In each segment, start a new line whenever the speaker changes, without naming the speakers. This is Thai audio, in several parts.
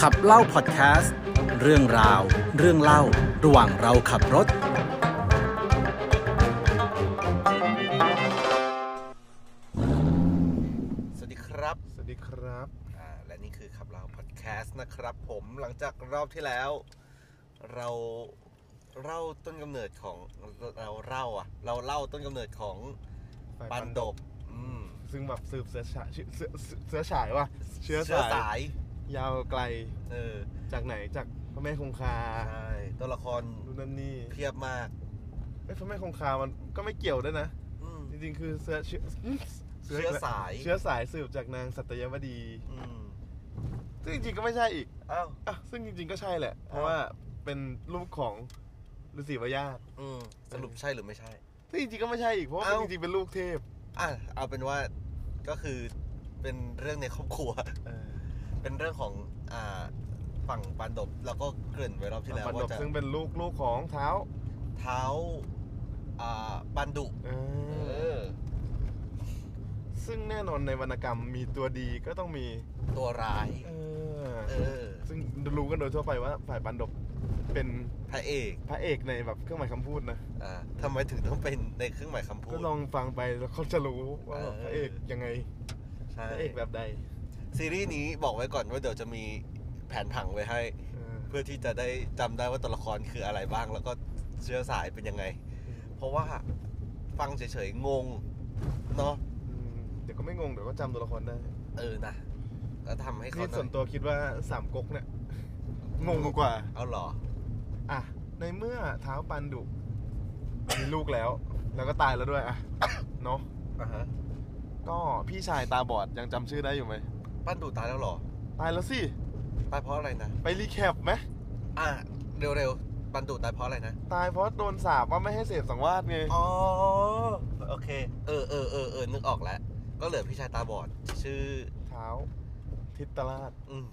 ขับเล่าพอดแคสต์เรื่องราว เรื่องเล่าระหว่างเราขับรถ สวัสดีครับ
สวัสดีครับ
อ่าและนี่คือขับเล่าพอดแคสต์นะครับ ผมหลังจากรอบที่แล้ว เราเล่าต้นกำเนิดของเราเล่าอะเราเล่าต้นกำเนิดของปันดบอืม
ซึ่งแบบสืบเสื้อฉายเสื้อเสื้อเสื้อฉายว่ะ เชื้อสาย
ย
ยาวไกล
เออ
จากไหนจากพระแม่คงคา
ใช่ตัวละคร
ดูนนั่นนี่
เพียบมาก
เอ้ยพระแม่คงคามันก็ไม่เกี่ยวด้วยนะ
อืม
จริงๆ คือเสื้อเชื้อ
เชื้อสาย
เชื้อสายสืบจากนางสัตยวดี
อืม
ซึ่งจริงๆก็ไม่ใช่อีก
อ้าว
อ่ะซึ่งจริงๆก็ใช่แหละ เพราะ
อ้าว
ว่าเป็นลูกของฤาษีวายาต
อืมสรุปใช่หรือไม่ใช่
ซึ่งจริงๆก็ไม่ใช่อีกเพราะว่า
อ้าว
จริงๆเป็นลูกเทพ
อ่ะเอาเป็นว่าก็คือเป็นเรื่องในครอบครัว เป็นเรื่องของอ่าฝั่งปันดบแล้วก็เกริ่นไว้รอบที่แล้ว
ปันด
ว่า
บ
จะ
ซึ่งเป็นลูกลูกของเท้า
เท้าอ่าปันดุ
เอ
เอ
อ
อ
ซึ่งแน่นอนในวรรณกรรมมีตัวดีก็ต้องมี
ตัวร้าย
เออ
เออ
ซึ่งรู้กันโดยทั่วไปว่าฝ่ายปันดบเป็น
พระเอก
พระเอกในแบบเครื่องหมายคำพูดนะ
อ่าทำไมถึงต้องเป็นในเครื่องหมายคำพู
ก็
ด
ลองฟังไปแล้วเขาจะรู้ว่า
เออ
พระเอกยังไง
ใช่
พระเอกแบบใด
ซีรีส์นี้บอกไว้ก่อนว่าเดี๋ยวจะมีแผนผังไว้ให้
เออ
เพื่อที่จะได้จำได้ว่าตัวละครคืออะไรบ้าง แล้วก็เชื้อสายเป็นยังไง เพราะว่าฟังเฉยๆ งงเนาะ
อืมเดี๋ยวก็ไม่งงเดี๋ยวก็จำตัวละครได้
เออนะก็ทำให้เขา
นี่
หน่
ส่
อ
วย นตัวคิดว่าสามก๊กเนี่ยงงกว่า
เอาเหรอ
อ่ะ ในเมื่อเท้าวปันดุมีลูกแล้ว แล้วก็ตายแล้วด้วยอ่ะ เนาะ
อ่ะฮะ
ก็พี่ชายตาบอดยังจำชื่อได้อยู่ไหม
ปั้นดูตายแล้วเหรอ
ตายแล้วสิ
ตายเพราะอะไรนะ
ไปรีแคปไหม
อ่ะ เร็วๆ ปั้นดูตายเพราะอะไรนะ
ตายเพราะโดนสาปว่าไม่ให้เสพสังวาสไง
อ๋อ โอเค เออเออเออเออนึกออกแล้ว ก็เหลือพี่ชายตาบอด ชื่อ
เท้า ทิตราช
อืม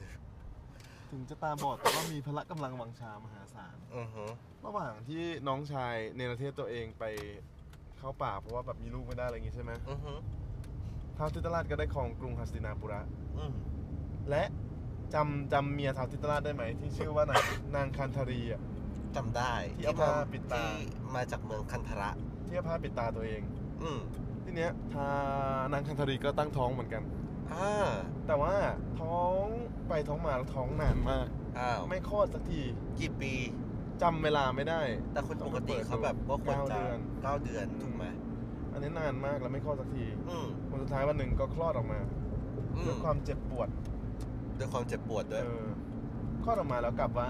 ถึงจะตาบอดแต่ว่ามีพละกำลังวังชามหาศาล
อือฮึ
ระหว่างที่น้องชายในประเทศตัวเองไปเข้าป่าเพราะว่าแบบมีลูกไม่ได้อะไรอย่างงี้ใช่ไหม
อือฮึ
เท้าทิตราชก็ได้ครองกรุงหัสตินาปุระ
อืม
และจำจำเมียเท้าทิตราชได้ไหม ที่ชื่อว่านาง นางคันธารีอ่ะ
จำได้
ที่เอามาปิดตา
ที่มาจากเมืองคันธระ
ที่เอาผ้าปิดตาตัวเอง
อืม
ทีเนี้ยทานางคันธารีก็ตั้งท้องเหมือนกัน
อ่า
แต่ว่าท้องไปท้องมาแล้วท้องนานมาก
อ้าว
ไม่คลอดสักที
กี่ปี
จำเวลาไม่ได้
แต่คนปกติเขาแบบว่าควรจะ
เก้าเดือน
เก้าเดือนถูกไหม
อันนี้นานมากแล้วไม่คลอดสักที
อืม
วันสุดท้ายวันหนึ่งก็คลอดออกมา
อื
ด้วยความเจ็บปวด
ด้วยความเจ็บปวด
เอ
ด้วย
อคลอดออกมาแล้วกลับว่า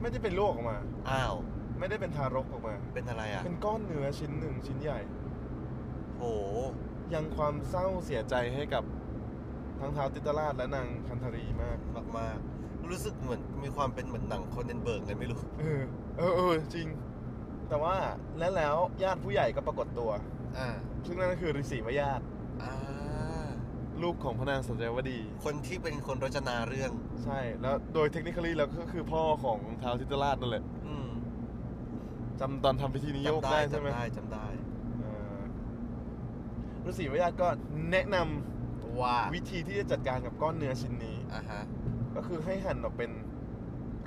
ไม่ได้เป็นลูกออกมา
อ้าว
ไม่ได้เป็นทารกออกมา
เป็นอะไรอ่ะ
เป็นก้อนเนื้อชิ้นหนึ่งชิ้นใหญ่
โห
ยังความเศร้าเสียใจให้กับทั้งท้าวติตราชและนางคันธารีมาก
มากมากๆรู้สึกเหมือนมีความเป็นเหมือนหนังคนเดนเบิร์กเลยไม่รู้
เออเออเออจริง แต่ว่าและแล้วญาติผู้ใหญ่ก็ปรากฏตัว
อ่า
ซึ่งนั่นก็คือฤาษีวญาติ
อ่า
ลูกของพระนางสัจยวดี
คนที่เป็นคนรจนาเรื่อง
ใช่แล้วโดยเทคนิคลีแล้วก็คือพ่อของท้าวทิตราชนั่นแหละ
อืม
จำตอนทำพิธีนิยก
จำได้
ได้ใช่ไหม
จำได้จำได้
เอ่อฤาษีวิทยาก็แนะนำ
ว่า
วิธีที่จะจัดการกับก้อนเนื้อชิ้นนี้
อ่าฮะ
ก็คือให้หั่นออกเป็น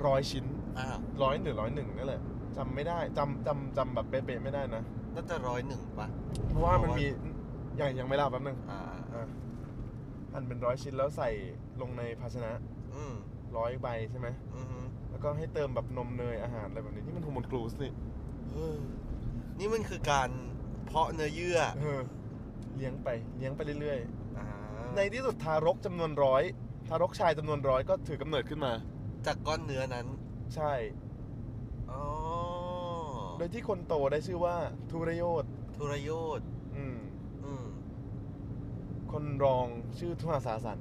ร้อยชิ้น
อ้าว
ร้อยหรือร้อยหนึ่งนั่นแหละจำไม่ได้จำจำจำแบบเป๊ะๆไม่ได้นะ
น่าจะร้อยหนึ่งปะ
เพราะว่ามัน
ร้อย
มีอย่างยังไม่เล่าแป๊บนึง
อ่า
อ่ะหั่นเป็นร้อยชิ้นแล้วใส่ลงในภาชนะ
อืม
ร้อยใบใช่ไหม
อือฮึ
แล้วก็ให้เติมแบบนมเนยอาหารอะไรแบบนี้นี่มันโฮอร์โมนกลูสนี่
เฮ้ยนี่มันคือการเพาะเนื้อเยื่อ
เออเลี้ยงไปเลี้ยงไปเรื่อยๆ
อ่า
ในที่สุดทารกจำนวนร้อยทารกชายจำนวนร้อยก็ถือกำเนิดขึ้นมา
จากก้อนเนื้อนั้น
ใช่
อ๋อ
โดยที่คนโตได้ชื่อว่าทุรโยธ
ทุรโยธ
อืม
อืม
คนรองชื่อทุหสาสัน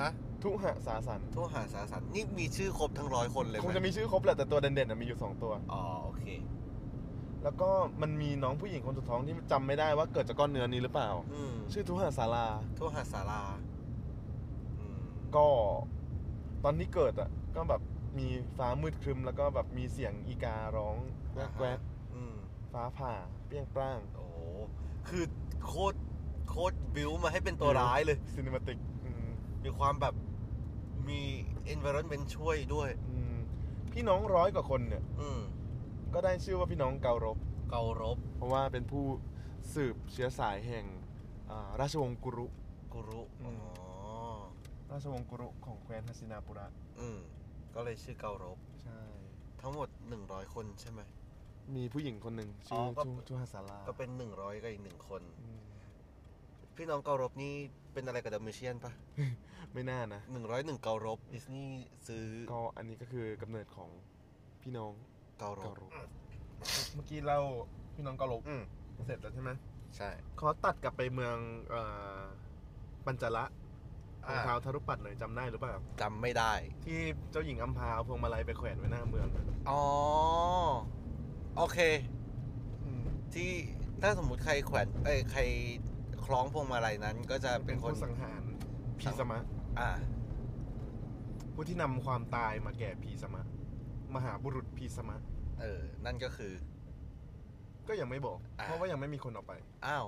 ฮะ
ทุหสาสัน
ทุหาสาสันนี่มีชื่อครบทั้งร้อยคนเลยไห
ค
ม
งจะมีชื่อครบแหละแต่ตัวเด่นๆน่ะมีอยู่ 2 ตัว
อ๋อ โอเค
แล้วก็มันมีน้องผู้หญิงคนสุดท้องที่จำไม่ได้ว่าเกิดจากก้อนเนื้อนี้หรือเปล่า
อืม
ชื่อทุหสารา
ทุหาสาราอืม
ก็ ตอนที่เกิดอ่ะก็แบบมีฟ้ามืดครึมแล้วก็แบบมีเสียงอีการ้องแกรกแกรก
อืม
ฟ้าผ่าเปรี้ยงปร้าง
โอ้โหคือโคตรโคตรบิวมาให้เป็นตัวร้ายเลย
ซินิมาติก
มีความแบบมี environment ช่วยด้วย
อืมพี่น้องร้อยกว่าคนเนี่ย
อืม
ก็ได้ชื่อว่าพี่น้องเการบ
เการบ
เพราะว่าเป็นผู้สืบเชื้อสายแห่งอ่าราชวงศ์กุรุ
กุรุ
อื
อ๋อ
ม ราชวงศ์กุรุของแคว้นฮัสสินาปุระ
อืมก็เลยชื่อเการบ
ใช่
ทั้งหมด 100 คนใช่ไหม
มีผู้หญิงคนหนึ่งชื่อ
อก็
จูจูฮาสารา
ก็เป็น 100กับอีกหนึ่งคน
อืม
พี่น้องเการบนี่เป็นอะไรกับดัมเมเชียนปะ
ไม่น่านะ
101เการบดิสนีย์ซื้อ
ก็อันนี้ก็คือกำเนิดของพี่น้อง
เการ
เกา
บ
โรบเมื่อกี้เราพี่น้องเกาโรบ
อืม
เสร็จแล้วใช่ไหม
ใช่
ขอตัดกลับไปเมืองเอ่อปัญจละของเท้า
อ่ะ
ทารุปัตย์หน่อยจำได้หรือเปล่า
จำไม่ได้
ที่เจ้าหญิงอัมพาเอาพวงมาลัยไปแขวนไว้หน้าเมืองอะ
อ๋อ โอเค ที่ถ้าสมมุติใครแขวนเอ้ยใครคล้องพวงมาลัยนั้น ก็จะเป็นคน
ผู้สังหาร
สั
พี
ง
สมะ
อ่า
ผู้ที่นำความตายมาแก่พีสมะ มหาบุรุษพีสมะ
เออ นั่นก็คือ
ก็ยังไม่บอก
อ่า
เพราะว่ายังไม่มีคนเออกไป
อ้าว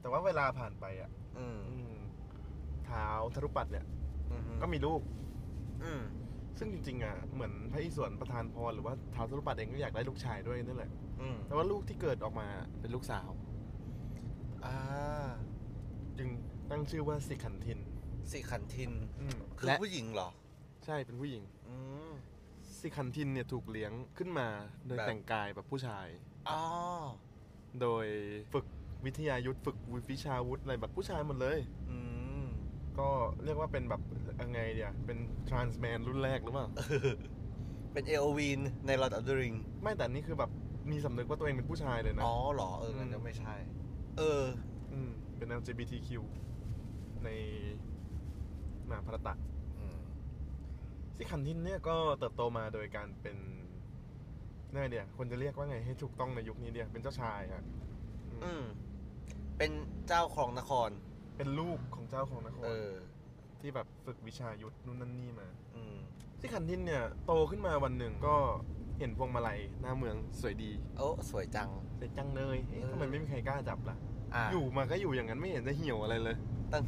แต่ว่าเวลาผ่านไปอ่ะ
อืม
อืมเท้าทารุปัตย์เนี่ย
อืม
ก็มีลูก
อืม
ซึ่งจริงๆอ่ะเหมือนพระอิศวรประทานพรหรือว่าท้าวสุรปัตย์เองก็อยากได้ลูกชายด้วยนั่นแหละ
อืม
แต่ว่าลูกที่เกิดออกมาเป็นลูกสาว
อ่า
จึงตั้งชื่อว่าสิขันทิน
สิขันทิน
อืม
คือ
และ
ผู้หญิงเหรอ
ใช่เป็นผู้หญิง
อืม
สิขันทินเนี่ยถูกเลี้ยงขึ้นมาโดย
แบบ
แต่งกายแบบผู้ชาย
อ๋อ
โดยฝึกวิทยายุทธฝึกวิชาวุธอะไรแบบผู้ชายหมดเลย
อืม
ก็เรียกว่าเป็นแบบยังไงเดียเป็นทรานส์แมนรุ่นแรกหรือเปล่า
เป็นเอโอวีนใน Lord of the Ring
ไม่แต่นี่คือแบบมีสำนึกว่าตัวเองเป็นผู้ชายเลยนะ
อ๋อเหรอ เอองั้น
อืม
ก็ไม่ใช่ เออ
มเป็น LGBTQ ในมหาภารตะ
อืม
สิคันทินเนี่ยก็เติบโตมาโดยการเป็นนั่นไงเดียคนจะเรียกว่าไงให้ถูกต้องในยุคนี้เดียเป็นเจ้าชายอะ
อืม เป็นเจ้าของนคร
เป็นลูกของเจ้าของนคร
เออ
ที่แบบฝึกวิชายุทธนู่นนั่นนี่มา
อืม
สิคันทินเนี่ยโตขึ้นมาวันหนึ่งก็เห็นพวงมาลัยหน้าเมืองสวยดี
โอ้ สวยจัง
สวยจังเลยเอ๊ะ
เออ
ทำไมไม่มีใครกล้าจับล่ะ
อ่ะ
อยู่มาก็อยู่อย่างนั้นไม่เห็นจะเหี่ยวอะไรเลย
ตั้ง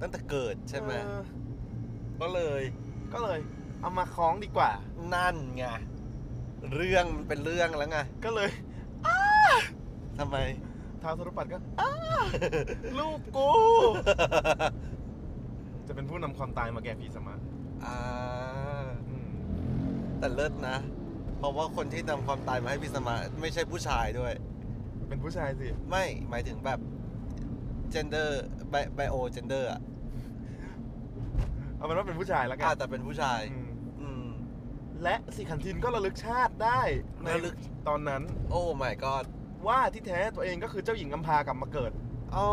ตั้งแต่เกิดใช่ไหม
เออ
ก็เลย
ก็เลย เอามาคล้องดีกว่า
นั่นไง เรื่องมันเป็นเรื่องแล้วไง
ก็เลย
ทำไม
ท้าวทรุปัตย์ก็ อ้าลูกกู จะเป็นผู้นำความตายมาแก่ผีสมา
อ่า แต่เลิศนะ เพราะว่าคนที่นำความตายมาให้พิสมาไม่ใช่ผู้ชายด้วย
เป็นผู้ชายสิ
ไม่หมายถึงแบบ gender bi- bio gender อ่ะ
เอาเป็นว่าเป็นผู้ชายแล้วกั
อ่าน แต่เป็นผู้ชาย
อืม
อืม
และสิขันทินก็ระลึกชาติได้ใน
ระลึก
ตอนนั้น
โอ้ my god
ว่าที่แท้ตัวเองก็คือเจ้าหญิงอัมพากลับมาเกิด
อ๋อ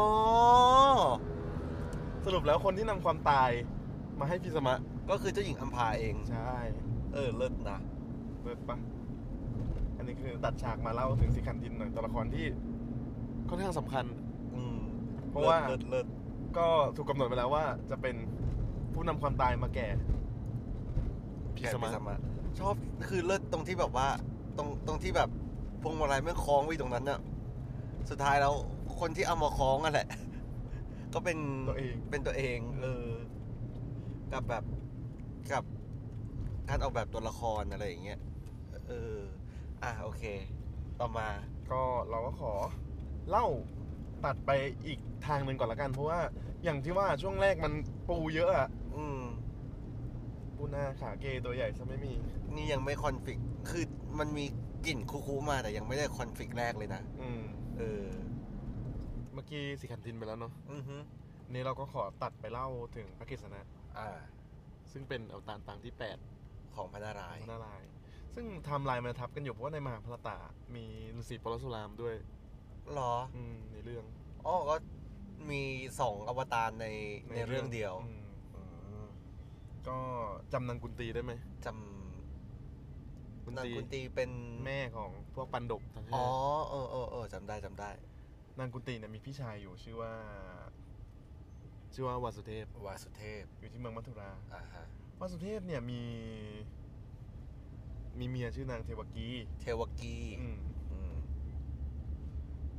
สรุปแล้วคนที่นำความตายมาให้พีสมะ
ก็คือเจ้าหญิงอัมพาเอง
ใช่
เออ เลิศนะ
เปิดปะอันนี้คือตัดฉากมาเล่าถึงสิขันทินหน่อยตัวละครที่ค่อนข้างสำคัญ
อืม
เพราะว่า
เลิศเลิศเลิศ
ก็ถูกกำหนดไปแล้วว่าจะเป็นผู้นำความตายมาแก่ พิสมะ
แกพิะชอบคือเลิศตรงที่แบบว่า ตรงตรงที่แบบพวงมาลัยแม่งคล้องไว้ตรงนั้นน่ะสุดท้ายแล้วคนที่เอามาคล้องกันแหละ ก็เป็น
ตัวเอง
เป็นตัวเองเออ กับแบบกับการออกแบบตัวละครอะไรอย่างเงี้ยเออ อ่ะโอเค ต่อมา
ก็เราก็ขอเล่าตัดไปอีกทางหนึ่งก่อนละกัน เพราะว่าอย่างที่ว่าช่วงแรกมันปูเยอะอะ
อืม
ปูหน้าขาเกย์ตัวใหญ่ซะไม่มี
นี่ยังไม่คอนฟ lict คือมันมีกลิ่นคุกๆมาแต่ยังไม่ได้คอนฟ lict แรกเลยนะ
อืม
เออ
เมื่อกี้สิขันทินไปแล้วเนาะ
อือฮึ
นี่เราก็ขอตัดไปเล่าถึงพระกฤษณะ
อ่า
ซึ่งเป็นอวตารปางที่ 8
ของพระนารายณ์
พระนารายณ์ซึ่งไทำลายมันทับกันอยู่เพราะว่าในมหาพรตา มีฤาษีปรสุรามด้วย
หรอ
อืมในเรื่อง
อ๋อ ก็มีสองอวตารในในเรื่องเดียว
อืม
อืม
ก็จำนางกุนตีได้ไหม
จำนางคุณตีเป็น
แม่ของพวกปันดบทั้งห้า
อ๋อ เออเออเออจำได้จำได้
นางกุนตีเนี่ยมีพี่ชายอยู่ชื่อว่า ชื่อว่าวาสุเทพ
วาสุเทพ
อยู่ที่เมืองมัทุรา
อ่าฮะ
วาสุเทพเนี่ยมี มีเมียชื่อนางเทวกี
เทวกี
อืม
อืม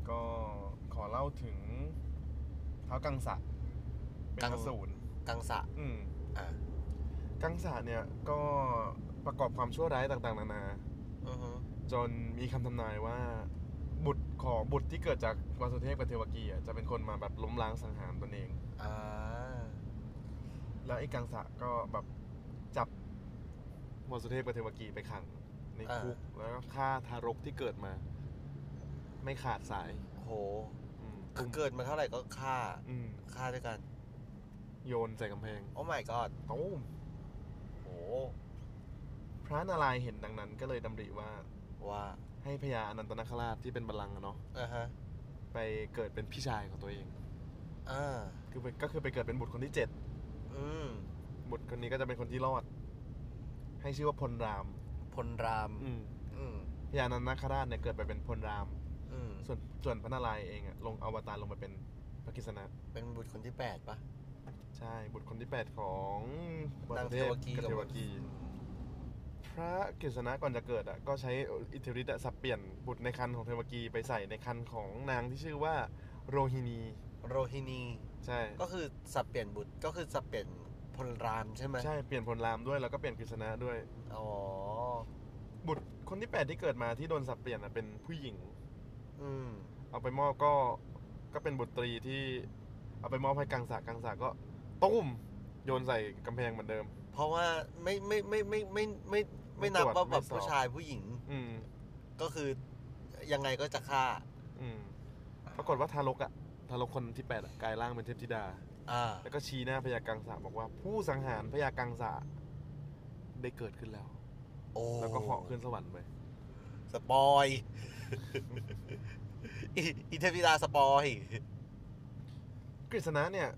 ก็ขอเล่าถึงเท้ากังสะเป็นอสูร
กังสะ
อืม
อ่า
กังสาเนี่ยก็ประกอบความชั่วร้ายต่างๆ นานา
อือฮึ
จนมีคำทำนายว่า บุตรของบุตรที่เกิดจากวาสุเทพกับเทวกีอ่ะจะเป็นคนมาแบบล้มล้างสังหารตนเอง
อ่า
แล้วไอ้กังสะก็แบบจับวาสุเทพกับเทวกีไปขังในคุกแล้วก็ฆ่าทารกที่เกิดมา ไม่ขาดสาย
โห
อืม
คือเกิดมาเท่าไหร่ก็ฆ่า
อืม
ฆ่าด้วยกัน
โยนใส่กำแพง
โอ้ my god
ตูม
โห
พระนารายณ์เห็นดังนั้น ก็เลยดำริว่า
ว่า
ให้พญาอนันตนาคราชที่เป็นบัลลังก์อะเนาะ
อ่าฮะ
ไปเกิดเป็นพี่ชายของตัวเอง
อ่า
คือไปก็คือไปเกิดเป็นบุตรคนที่เจ็ด
อืม
บุตรคนนี้ก็จะเป็นคนที่รอด ให้ชื่อว่าพลราม
พลราม
อืม
อืม
พญานันทนาคราชเนี่ยเกิดไปเป็นพลราม
อืม
ส่วนส่วนพระนารายณ์เองอะลงอวตารลงมาเป็นพระกฤษณะ
เป็นบุตรคนที่แปดปะ
ใช่บุตรคนที่ 8 ของว
นา
สุ
งเทวกี
กับเทวกี พระกฤษณะก่อนจะเกิดอะก็ใช้อิทธิฤทธิ์อะสับเปลี่ยนบุตรในคันของเทวกีไปใส่ในคันของนางที่ชื่อว่าโรฮินี
โรฮินี
ใช่
ก็คือสับเปลี่ยนบุตรก็คือสับเปลี่ยนพลรามใช่ไหม
ใช่เปลี่ยนพลรามด้วยแล้วก็เปลี่ยนกฤษณะด้วย
อ๋อ
บุตรคนที่ 8 ที่เกิดมาที่โดนสับเปลี่ยนอะเป็นผู้หญิง
อืม
เอาไปมอบก็ก็เป็นบุตรีที่ เอาไปมอบให้กังสากังสาก็ตุ้มโยนใส่กำแพงเหมือนเดิม
เพราะว่าไม่ไม่ไม่ไม่ไม่ไม่
ไม่
ไม่นับ
ตรวจ
ว่าแบบ
ไม่สอบ
ผู้ชายผู้หญิง
อืม
ก็คือยังไงก็จะฆ่า
อืมปรากฏว่าทารกอะทารกคนที่แปดอะกลายร่างเป็นเทพธิดา
อ่า
แล้วก็ชี้หน้าพญากังสาบอกว่า ผู้สังหารพญากังสาได้เกิดขึ้นแล้ว
โอ้
แล้วก็เหาะขึ้นสวรรค์ไป
สปอย อีอีเทพธิดาสปอย
กฤษณะเนี่ย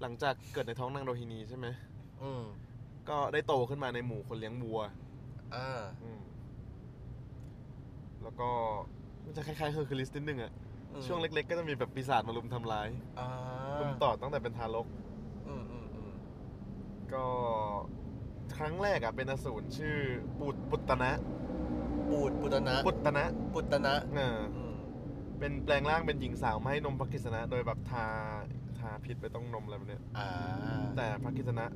หลังจากเกิดในท้องนางโรฮินีใช่ไหม
อืม
ก็ได้โตขึ้นมาในหมู่คนเลี้ยงวัว
อ่า
อืมแล้วก็มันจะคล้ายๆเฮอร์คิวลิสนิดนึงอะ
อืม
ช่วงเล็กๆ ก็จะมีแบบปีศาจมาลุมทำร้าย
อ่า
ลุมต่อดตั้งแต่เป็นทารก
อืมอืมอืม
ก็ครั้งแรกอ่ะเป็นอสูรชื่อปุตปุตตนะ
ปูดปุตตนะ
ปุตตนะ
ปุตตนะ
เออ
อืม
เป็นแปลงร่างเป็นหญิงสาวมาให้นมพระกฤษณะ โดยแบบทาทาพิษไปต้องนมอะไรแบบเนี้ย
อ่า
แต่พระกฤษณะ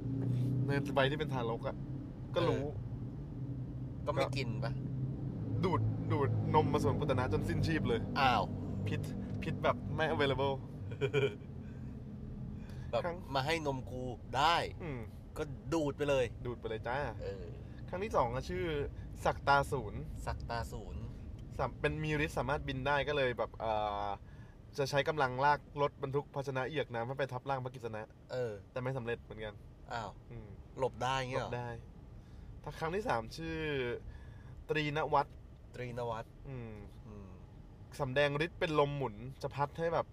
ในใบที่เป็นทารกอ่ะก็รู้
ก็ไม่กินปะ
ดูดดูดนมมาส่วนปุตตนะจนสิ้นชีพเลย
อ้าว
พิษพิษแบบไม่ available
แบบ
ครั้ง
มาให้นมกูได้
อืม
ก็ดูดไปเลย
ดูดไปเลยจ้า
เออ
ครั้งที่สองอะชื่อศักตาศูนย์
สักตาศูนย์
สามเป็นมีฤทธิ์สามารถบินได้ก็เลยแบบเอ่อจะใช้กำลังลากรถบรรทุกภาชนะเอียกน้ำให้ไปทับร่างพระกิษณะ
เออ
แต่ไม่สำเร็จเหมือนกัน
อ้าว
อืม
หลบได้
หล
เงี้ยเหร
บ
อ
ได้ ถ้าครั้งที่สามชื่อ ตรีนวัตร
ตรีนวัตร
อืม
อืม
สำแดงฤทธิ์เป็นลมหมุน จะพัดให้แบบ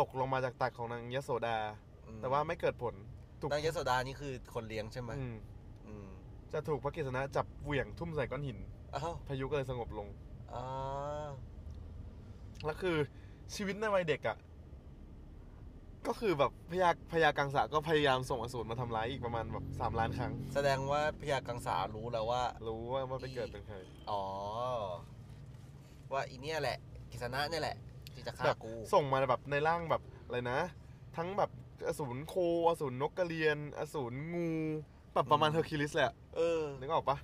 ตกลงมาจากตักของนางยโสดา
อื
แต่ว่าไม่เกิดผลถูก
นางยโสดานี่คือคนเลี้ยงใช่ไหม
อืม
อืม
จะถูกพระกิษณะจับเหวี่ยงทุ่มใส่ก้อนหิน
อ้าว
พายุก็เลยสงบลง
อ่า
แล้วคือชีวิตในวัยเด็กอะ่ะ ก็คือแบบพยาพยากังสาก็พยายามส่งอสูรมาทำร้ายอีกประมาณแบบสามล้านครั้ง
แสดงว่าพญากังสารู้แล้วว่า
รู้ว่าว่าไปเกิดเป็นใคร
อ๋อ ว่าอีเนี่ยแหละ กิษณะเนี่ยแหละ ที่จะฆ่า
แบบ
กู
ส่งมาแบบในร่างแบบอะไรนะ ทั้งแบบอสูรโคอสูรนกกระเรียน อสูรงูแบบประมาณ
อืม
เฮอร์คิวลิสแหลยอะ
เออ
นึกออกปะ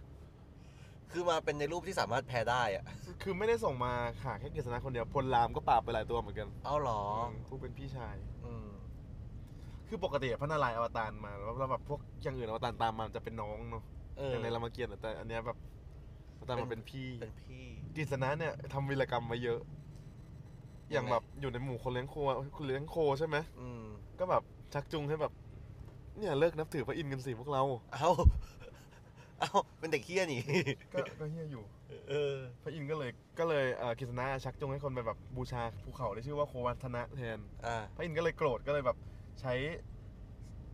คือมาเป็นในรูปที่สามารถแพ้ได้อะ
คือไม่ได้ส่งมาขาแค่กฤษณะคนเดียวพลรามก็ปราบไปหลายตัวเหมือนกัน
เอาเหรอ
มผู้เป็นพี่ชาย
อืม
คือปกติพระนารายณ์อวตารมาแล้วแล้วแบบพวกอย่างอื่นอวตารตามมาจะเป็นน้องเนาะ
เออ
อย่างในรามเกียรติอะแต่อันเนี้ยแบบอวตารมาเป็นพี่
เป็นพี่
กฤษณะเนี่ยทำวีรกรรมมาเยอะ อย่างแบบอยู่ในหมู่คนเลี้ยงโคคนเลี้ยงโคใช่ไหม
อืม
ก็แบบชักจูงให้แบบ เนี่ยเลิกนับถือพระอินทร์กันสิพวกเรา
เอา เอาเป็นเด็กเฮี้ยนี่
ก็ก็เฮียอยู่
เออ
พระอินทร์ก็เลยก็เลยเอ่อกฤษณะชักจูงให้คนไปแบบบูชาภูเขาที่ชื่อว่าโควัฒนะแทน
อ่า
พระอินทร์ก็เลยโกรธก็เลยแบบใช้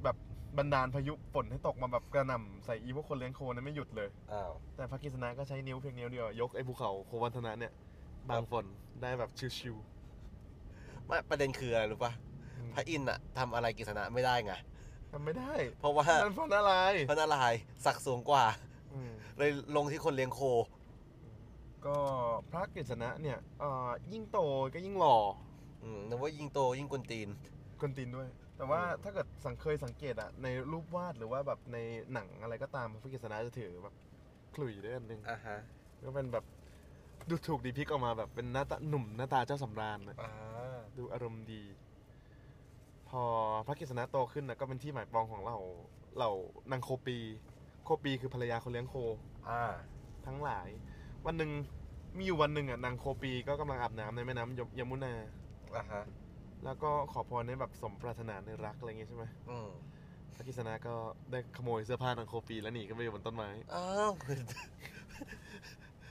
แบบบันดาลพายุฝนให้ตกมาแบบกระหน่ำใส่อีพวกคนเลี้ยงโคนั้นไม่หยุดเลย
อ้าว
แต่พระกฤษณะก็ใช้นิ้วเพียงนิ้วเดียวยกไอ้ภูเขาโควัฒนะเนี่ยบางฝนได้แบบชิว
ไม่ประเด็นคืออะไรรู้ปะพระ
ๆ
อินทร์อะทำอะไรกิษณะไม่ได้ไง
ทำไม่ได้
เพราะว่า
นั่นเพราะอะไร
พระนารายณ์ศักดิ์สูงกว่า เลยลงที่คนเลี้ยงโค
ก็พระกฤษณะเนี่ยเอ่อยิ่งโตก็ยิ่งหล่อ
อืมนึกว่ายิ่งโตยิ่งกวนตีน
คนตีนด้วย แต่ว่าถ้าเกิดสังเคยสังเกตอะในรูปวาดหรือว่าแบบในหนังอะไรก็ตามพระกฤษณะจะถือแบบขลุ่ยด้วยอันหนึง
อ่าฮะ
ก็เป็นแบบดูถูกดีพิกออกมาแบบเป็นหน้าตาหนุ่มหน้าตาเจ้าสำราญอะ
อ่า
ดูอารมณ์ดี พอพระกฤษณะโตขึ้นนะก็เป็นที่หมายปองของเราเหล่านางโคปี โคปีคือภรรยาคนเลี้ยงโค
อ่า
ทั้งหลาย วันหนึ่งมีอยู่วันหนึ่งอ่ะนางโคปีก็กำลังอาบน้ำในแม่น้ำยมยมุนา
อ่าฮะ
แล้วก็ขอพรในแบบสมปรารถนาในรักอะไรอย่างงี้ใช่ไหม
อืม
พระกฤษณะก็ได้ขโมยเสื้อผ้านางโคปีแล้วหนีขึ้นไปอยู่บนต้นไม้
อ้าว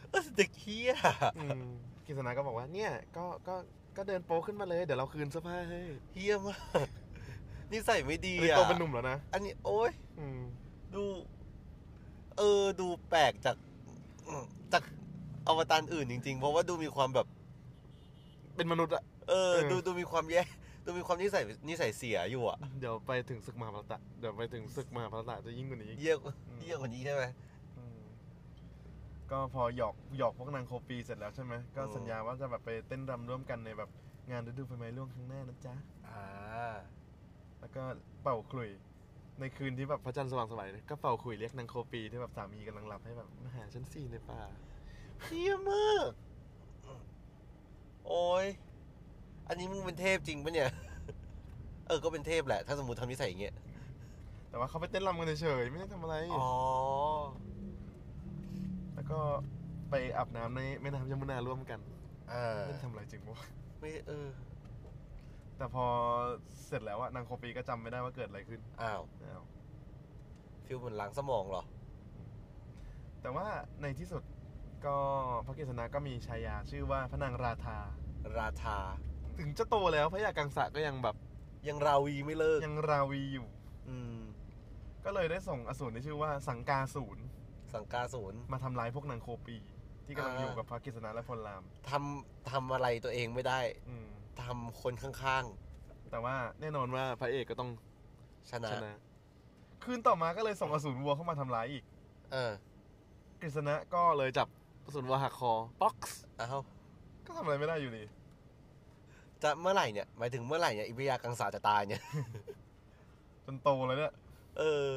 เออเด็กเฮีย
อืมกฤษณะก็บอกว่าเนี่ยก็ก็ก็เดินโป๊ขึ้นมาเลยเดี๋ยวเราคืนเสื้อผ้าให้
เฮียมากนิสัยไม่ดี
อันนี้
อ่ะ
โตเป็นหนุ่มแล้วนะ
อันนี้โอ๊ย
อืม
ดู เออ ดูแปลกจากจากอวตารอื่นจริงๆ เพราะว่าดูมีความแบบ
เป็นมนุษย์อะ
เออ
เออ
ดูดูมีความแย่ดูมีความนิสัยนิสัยเสียอยู่อะ
เดี๋ยวไปถึงศึกมหาภารตะ เดี๋ยวไปถึงศึกมหาภารตะจะยิ่งกว่านี้อีก
เยี่ยกว่าเยี่ยกว่านี้ใช่ไหม
อืมก็พอหยอกหยอกพวกนางโคปีเสร็จแล้วใช่ไหม ก็
อืม
สัญญาว่าจะแบบไปเต้นรำร่วมกันในแบบงานฤดูใบไม้ร่วงครั้งหน้านะจ๊ะ
อ่า
แล้วก็เป่าขลุ่ย ในคืนที่แบบพระจันทร์สว่างไสวยเนี่ยก็เป่าขลุ่ยเรียกนางโคปีที่แบบสามีกำลังหลับให้แบบมาหาฉันสี่ในป่า
เฮียมาก โอ้ย อันนี้มึงเป็นเทพจริงปะเนี่ย เออ ก็เป็นเทพแหละ ถ้าสมมติทำนิสัยอย่างเงี้ย
แต่ว่าเขาไปเต้นรำกันเฉยๆไม่ได้ทำอะไร
อ๋อ
แล้วก็ไปอาบน้ำในแม่น้ำยมุนาร่วมกัน
อ่า
ไม่ได้ทำอะไรจริงวะ
ไม่ เออ
แต่พอเสร็จแล้วอะนางโคปีก็จำไม่ได้ว่าเกิดอะไรขึ้น
อ้าว
อ้าว
ฟิลเหมือนล้างสมองเหรอ
แต่ว่าในที่สุดก็พระกฤษณะก็มีชายาชื่อว่าพระนางราธา
ราธา
ถึงจะโตแล้วพระยากังสะก็ยังแบบ
ยังราวีไม่เลิก
ยังราวีอยู่
อืม
ก็เลยได้ส่งอสูรที่ชื่อว่าสังกาสูร
สังกาศูนย์
มาทำร้ายพวกนางโคปี ที่กำลัง
อ่า
อยู่กับพระกฤษณะและพลราม
ทำทำอะไรตัวเองไม่ได้
อืม
ทำคนข้าง
แต่ว่าแน่นอนว่าพระเอกก็ต้อง
ๆ ชนะ
ชนะคืนต่อมาก็เลยส่งอสูรวัวเข้ามาทำร้ายอีก
เออก
ฤษณะก็เลยจับอสูรวัวหักคอป๊อกซ์
เอ้า
ก็ทำอะไรไม่ได้อยู่ดี
จะเมื่อไหร่เนี่ย หมายถึงเมื่อไหร่เนี่ยอิพยากังสาจะตายเนี่ย
จนโตเลยเนี่ย
เออ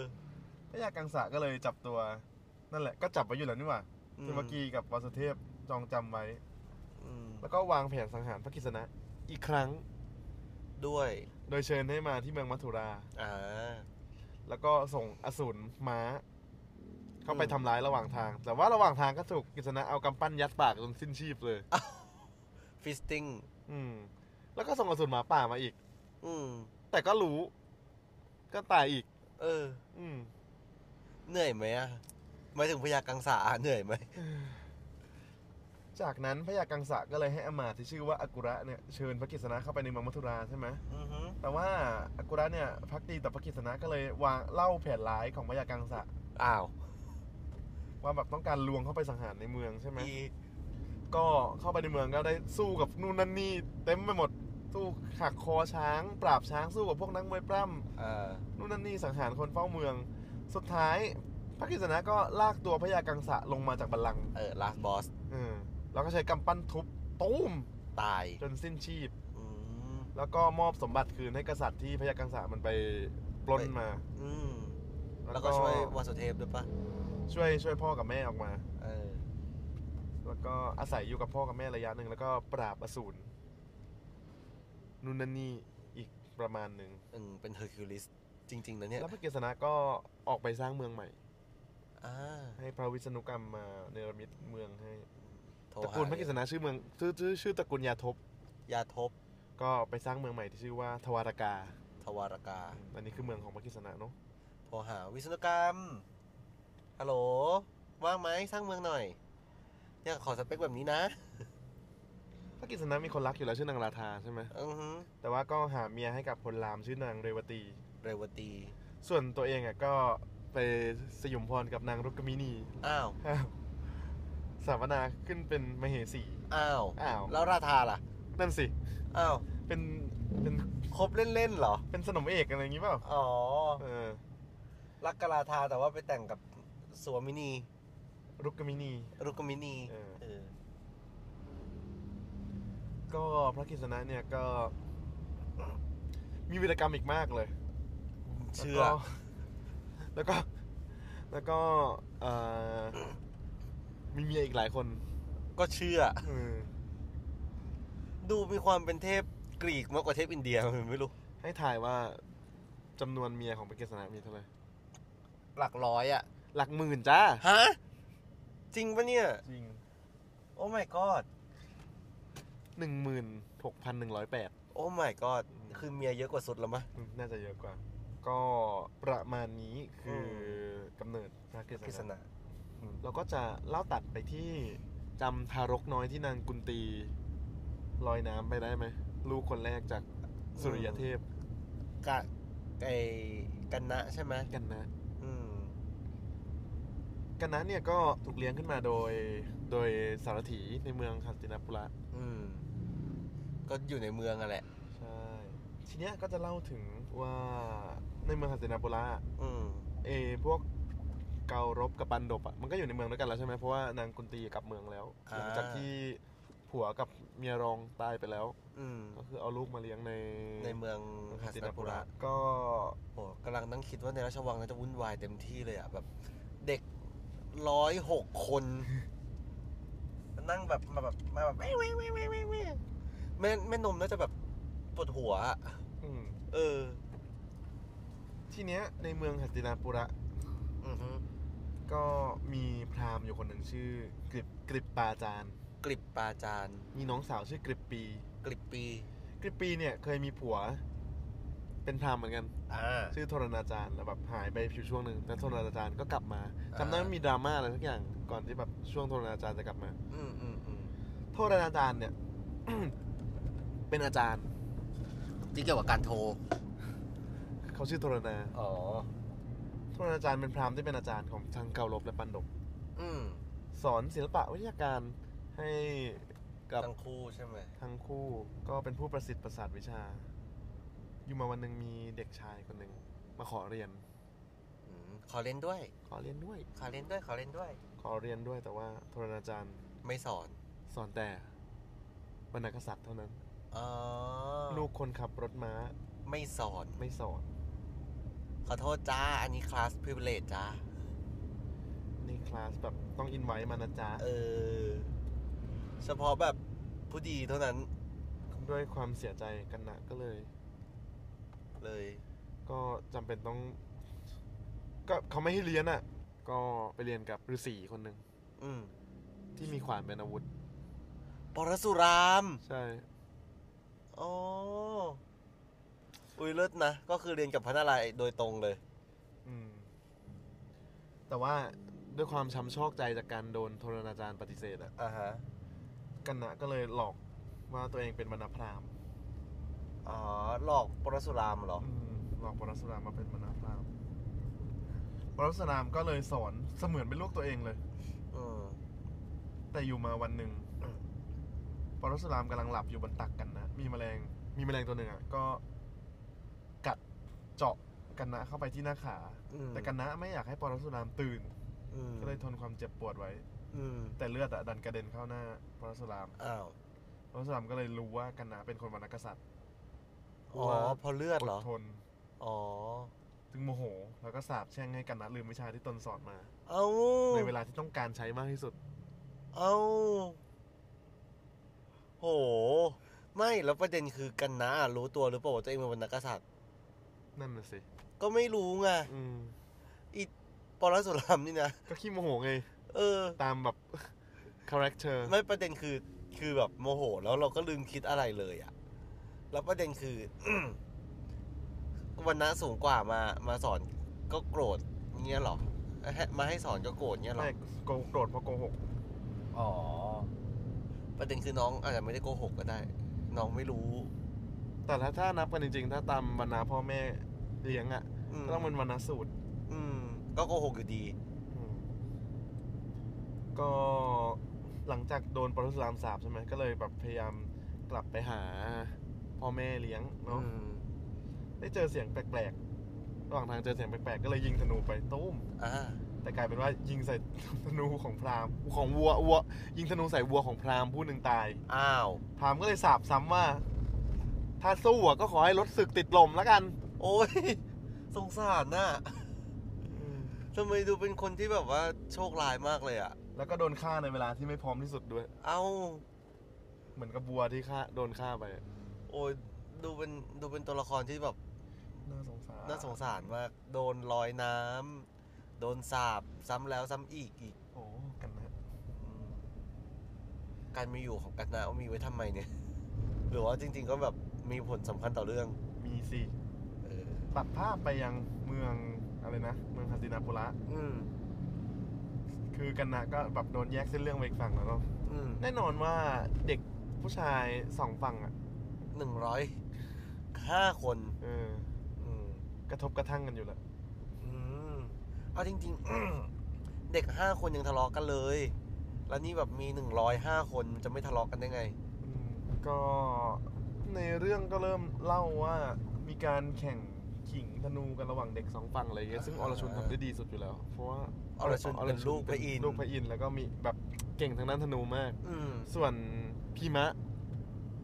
พระยากังสะก็เลยจับตัวนั่นแหละก็จับไว้อยู่แล้วนี่หว่า
อื
เทวกีกับวาสุเทพจองจำไว้
อืม
แล้วก็วางแผนสังหารพระกฤษณะอีกครั้ง
ด้วย
โดยเชิญให้มาที่เมืองมัทุรา
อ่า
แล้วก็ส่งอสูรม้า เข้าไป
อืม
ทำร้ายระหว่างทาง แต่ว่าระหว่างทางก็ถูกกฤษณะเอากำปั้นยัดปากจนสิ้นชีพเลย
ฟิสติ้ง
อืม แล้วก็ส่งอสูรหมาป่ามาอีก
อืม
แต่ก็รู้ ก็ตายอีก
เออ
อืม
เหนื่อยไหมอะหมายถึงพยากังสา อะเหนื่อยไหม
จากนั้นพระยากังสะก็เลยให้อมาตย์ที่ชื่อว่าอากุระเนี่ยเชิญพระกฤษณะเข้าไปในเมืองมัทุราใช่ไหม
อือฮึ
แต่ว่าอากุระเนี่ยพักดีต่อพระกฤษณะก็เลยวางเล่าแผนร้ายของพระยากังสะ
อ้าว
ว่าแบบต้องการลวงเข้าไปสังหารในเมืองใช่ไหม
อี
ก็เข้าไปในเมืองก็ได้สู้กับนู่นนั่นนี่เต็มไปหมด สู้หักคอช้าง ปราบช้างสู้กับพวกนักมวยปล้
อ่า
ำนู่นนั่นนี่สังหารคนเฝ้าเมือง สุดท้ายพระกฤษณะก็ลากตัวพระยากังสะลงมาจากบัลลังก์
เออ last boss
เออแล้วก็ใช้กำปั้นทุบตุ้ม
ตาย
จนสิ้นชีพ
อืม
แล้วก็มอบสมบัติคืนให้กษัตริย์ที่พระยากังสะมันไปปล้นมา
อืมแล้วก็ช่วยวาสุเทพด้วยปะ
ช่วยช่วยพ่อกับแม่ออกมา
เออ
แล้วก็อาศัยอยู่กับพ่อกับแม่ระยะหนึ่งแล้วก็ปราบอสูรนู่นนั่นนี่อีกประมาณหนึ่ง
อืมเป็นเฮอร์คิวลิสจริง ๆนะเนี่ย
แล้วพระกฤษณะก็ออกไปสร้างเมืองใหม่
อ่า
ให้พระวิษณุกรรมมาเนรมิตเมืองให้
โทร
ตระกูลพระกฤษณะชื่อเมืองชื่อชื่อชื่อตระกูลยาทบ
ยาทบ
ก็ไปสร้างเมืองใหม่ที่ชื่อว่าทวารกา
ทวารกา
อันนี้คือเมืองของพระกฤษณะเนาะ
โทรหาวิศนุกรรม ฮัลโหล ว่างไหมสร้างเมืองหน่อย เนี่ยขอสเปคแบบนี้นะ
พระกฤษณะมีคนรักอยู่แล้วชื่อนางราธาใช่ไหม
อือฮึ
แต่ว่าก็หาเมียให้กับพลรามชื่อนางเรวตี
เรวตี
ส่วนตัวเองอ่ะก็ไปสยมพรกับนางรุกกมินี
อ้าว
อ้าว สามนาขึ้นเป็นมเหสี
อ้าว
อ้าว
แล้วราธาล่ะ
นั่นสิ
อ้าว
เป็น เป็น
คบเล่นๆเหรอ
เป็นสนมเอกอะไรอย่างงี้เปล่า
อ๋อ
เออ
รักกบราธาแต่ว่าไปแต่งกับสวมินี
รุกกมินี
รุกมินี
เออ
เออ
ก็พระกฤษณะเนี่ยก็ มีวีรกรรมอีกมากเลย
เชื่อ
แล้วก็ แล้วก็เอ่อ มีเมียอีกหลายคน
ก็เชื่อ
เออ
ดูมีความเป็นเทพกรีกมากกว่าเทพอินเดีย มันไม่รู้
ให้ถ่ายว่าจำนวนเมียของพระเกศนะมีเท่าไหร่
หลักร้อยอ่ะ
หลักหมื่นจ้า
ฮะ จริงปะเนี่ย
จริง
โอ้ my god
หนึ่งหมื่นหกพันหนึ่งร้อยแปด
โอ้ my god คือเมียเยอะกว่าสุดแล้วมะ
อืมน่าจะเยอะกว่า ก็ประมาณนี้คืออ
ม
กำเนิดพระกฤษ
กฤษ
ณะ
ณะอืม
เราก็จะเล่าตัดไปที่จำทารกน้อยที่นางกุนตีลอยน้ำไปได้ไหม ลูกคนแรกจากสุริยเทพ
กะไอกันนะใช่ไหม
กันนะ
อืม
กันนะเนี่ยก็ถูกเลี้ยงขึ้นมาโดยโดยสารถีในเมืองคัสตินาปุระ
อืม ก็อยู่ในเมืองอะแหละ
ใช่ ทีเนี้ยก็จะเล่าถึงว่าในเมืองคัสตินาปุระ
อืม
เออพวกเการบกับปันดบอ่ะมันก็อยู่ในเมืองด้วยกันแล้วใช่ไหมเพราะว่านางกุนตีกลับเมืองแล้ว
อ่า
หลังจากที่ผัวกับเมียรองตายไปแล้ว
อืม
ก็คือเอาลูกมาเลี้ยงใน
ในเมืองฮัส
ติ
นาปุระ
ก็
โอ้กำลังนั่งคิดว่าในราชวังน่าจะวุ่นวายเต็มที่เลยอ่ะ แบบ เด็กร้อยหกคน นั่งแบบมาแบบมาแบบแม่แม่แม่แม่แม่แม่แม่แม่นมน่าจะแบบปวดหัวอะ
อืม
เออ
ทีเนี้ยในเมืองหัสตินาปุระ
อือฮึ
ก็มีพราหมณ์อยู่คนหนึ่งชื่อ กริบกริบปาจารย์
กลิบปาจารย์
มีน้องสาวชื่อกริบปี
กลิบปี
กริบปีเนี่ยเคยมีผัว เป็นพราหมณ์เหมือนกัน
อ่า
ชื่อโทรณาจารย์แล้วแบบหายไปอยู่ช่วงหนึ่งแต่โทรณาจารย์ก็กลับมาจำได้
อ่า
ว่ามีดราม่าอะไรสักอย่างก่อนที่แบบช่วงโทรณาจารย์จะกลับมา
อืมอืมอืม
โทษอาจารย์เนี่ย เป็นอาจารย์
ที่เกี่ยวกับการโทร
เขาชื่อโทรนา
อ๋อ
โทรนาอาจารย์เป็นพราหมณ์ที่เป็นอาจารย์ของทางเกาลบและปันดก
อืม
สอนศิลปะวิทยาการให้กับ
ทั้งคู่ใช่ไหม
ทั้งคู่ก็เป็นผู้ประสิทธิ์ประสาทวิชา อยู่มาวันหนึ่งมีเด็กชายคนหนึ่งมาขอเรียน
อืม ขอเล่นด้วย
ขอเรียนด้วย
ขอเล่นด้วย ขอเล่นด้วย
ขอเรียนด้วยแต่ว่าโทรณาอาจารย์
ไม่สอน
สอนแต่วรรณกษัตริย์เท่านั้น
อ๋อ
ลูกคนขับรถม้า
ไม่สอน
ไม่สอน
ขอโทษจ้า อันนี้คลาสพ i เวลเลตจ้า
ในคลาสแบบต้องอินไว้มานะจ๊ะ
เออ เฉพาะแบบผู้ดีเท่านั้น
ด้วยความเสียใจกันนะก็เลย
เลย
ก็จำเป็นต้อง ก็เขาไม่ให้เรียนอ่ะ ก็ไปเรียนกับฤาษีคนหนึ่ง
อืม
ที่มีขวานเป็นอาวุธ
ปรสุราม
ใช่
อ๋อ อุ้ยเลิศนะ ก็คือเรียนกับพระนารายณ์โดยตรงเลย
อืมแต่ว่าด้วยความช้ำชอกใจจากการโดนโทรณาจารย์ปฏิเสธอ่ะ
อ่าฮะ
กันนะก็เลยหลอกว่าตัวเองเป็นบรรณพราหมณ์
อ๋อ หลอกปรสุรามเหรอ
มหลอกปรสุรามมาเป็นบรรณพราหมณ์ปรสุรามก็เลยสอนเสมือนเป็นลูกตัวเองเลย
อืม
แต่อยู่มาวันหนึ่งปรสุรามกำลังหลับอยู่บนตักกันนะ มีแมลง มีแมลงตัวหนึ่งอ่ะ ก็กัดเจาะกันนะเข้าไปที่หน้าขา
อืม
แต่กันนะไม่อยากให้ปรสุรามตื่น
อืม
ก็เลยทนความเจ็บปวดไว้
อืม
แต่เลือดอ่ะดันกระเด็นเข้าหน้าปรสุราม
อ้าว
ปรสุรามก็เลยรู้ว่ากันนะเป็นคนวรรณกษัตริย์
อ๋อ พอเลือดเหรอ
ทน
อ๋อ
จึงโมโห แล้วก็สาบแช่งให้กันนะลืมวิชาที่ตนสอนมา
เอ้า
ในเวลาที่ต้องการใช้มากที่สุด
เอ้าโห ไม่แล้วประเด็นคือกันนะรู้ตัวหรือเปล่าว่าตัวเองเป็นวรรณกษัตริย์
นั่นน่ะสิ
ก็ไม่รู้ไง
อืม
ปรสุรามนี่นะ
ก็ขี้โมโหไง
เออ
ตามแบบ คาแรคเตอร์
ไม่ประเด็นคือ คือแบบโมโห แล้วเราก็ลืมคิดอะไรเลยอะแล้วประเด็นคือ วันนะสูงกว่ามา มาสอนก็โกรธเงี้ยเหรอให้มาให้สอนก็โกรธเงี้ยเหรอ
ไม่โกโกรธเพราะโกหก
อ๋อ ประเด็นคือน้องอาจจะไม่ได้โกหกก็ได้ น้องไม่รู้
แต่ถ้าถ้านับกันจริงๆ ถ้าตามวรรณาพ่อแม่เลี้ยงอะ่ะ
ม
ก็ต้องเป็นวรรณสูตร
อืม ก็โกหกอยู่ดี
ก็หลังจากโดนปรสุรามสาบใช่ไหมก็เลยแบบพยายามกลับไปหาพ่อแม่เลี้ยงเนาะ
อืม
ได้เจอเสียงแปลกๆ ระหว่างทางเจอเสียงแปลกๆ ก็เลยยิงธนูไปตุ้ม
อ่า
แต่กลายเป็นว่ายิงใส่ ธนูของพราหมณ์ของวัววัว ยิงธนูใส่วัวของพราหมณ์ผู้หนึ่งตาย
อ้าว
พราหมณ์ก็เลยสาบซ้ำว่า ถ้าสู้อะก็ขอให้รถศึกติดลมแล้วกัน
โอ้ย สงสารน่ะ ทำไมดูเป็นคนที่แบบว่าโชคร้ายมากเลยอ่ะ
แล้วก็โดนฆ่าในเวลาที่ไม่พร้อมที่สุดด้วย
เอ้า
เหมือนกับบัวที่ฆ่าโดนฆ่าไป
โอ้ย ดูเป็นดูเป็นตัวละครที่แบบ
น่าสงสาร
น่าสงสารมาก โดนลอยน้ำโดนสาบซ้ำแล้วซ้ำอีกอีก
โอ้กันนะ
อืมการมีอยู่ของกัตนาว่ามีไว้ทำไมเนี่ย หรือว่าจริง ๆ ก็แบบมีผลสำคัญต่อเรื่อง
มีสิ
เออ
ตัดภาพไปยังเมืองอะไรนะ เมืองคาตินาปุระ
อืม
คือกันนะก็แบบโดนแยกเส้นเรื่องไปอีกฝั่งแล้วเนาะ
อืม
แน่นอนว่าเด็กผู้ชายสองฝั่งอ่ะ
หนึ่งร้อยห้าคน
เออ
อืม
กระทบกระทั่งกันอยู่แหละ
อืมเอาจริงๆ เด็กห้าคนยังทะเลาะกันเลย แล้วนี่แบบมีหนึ่งร้อยห้าคนมันจะไม่ทะเลาะกันได้ไง
อืมก็ในเรื่องก็เริ่มเล่าว่ามีการแข่งขิงธนูกันระหว่างเด็กสองฝั่งอะไรอย่างเงี้ยซึ่งอรชุนทำได้ดีสุดอยู่แล้ว เพราะว่า
อรชุนเป็นลูกพระอินทร์
ลูกพระอินทร์แล้วก็มีแบบเก่งทางด้านธนูมาก
อืม
ส่วนพีมะ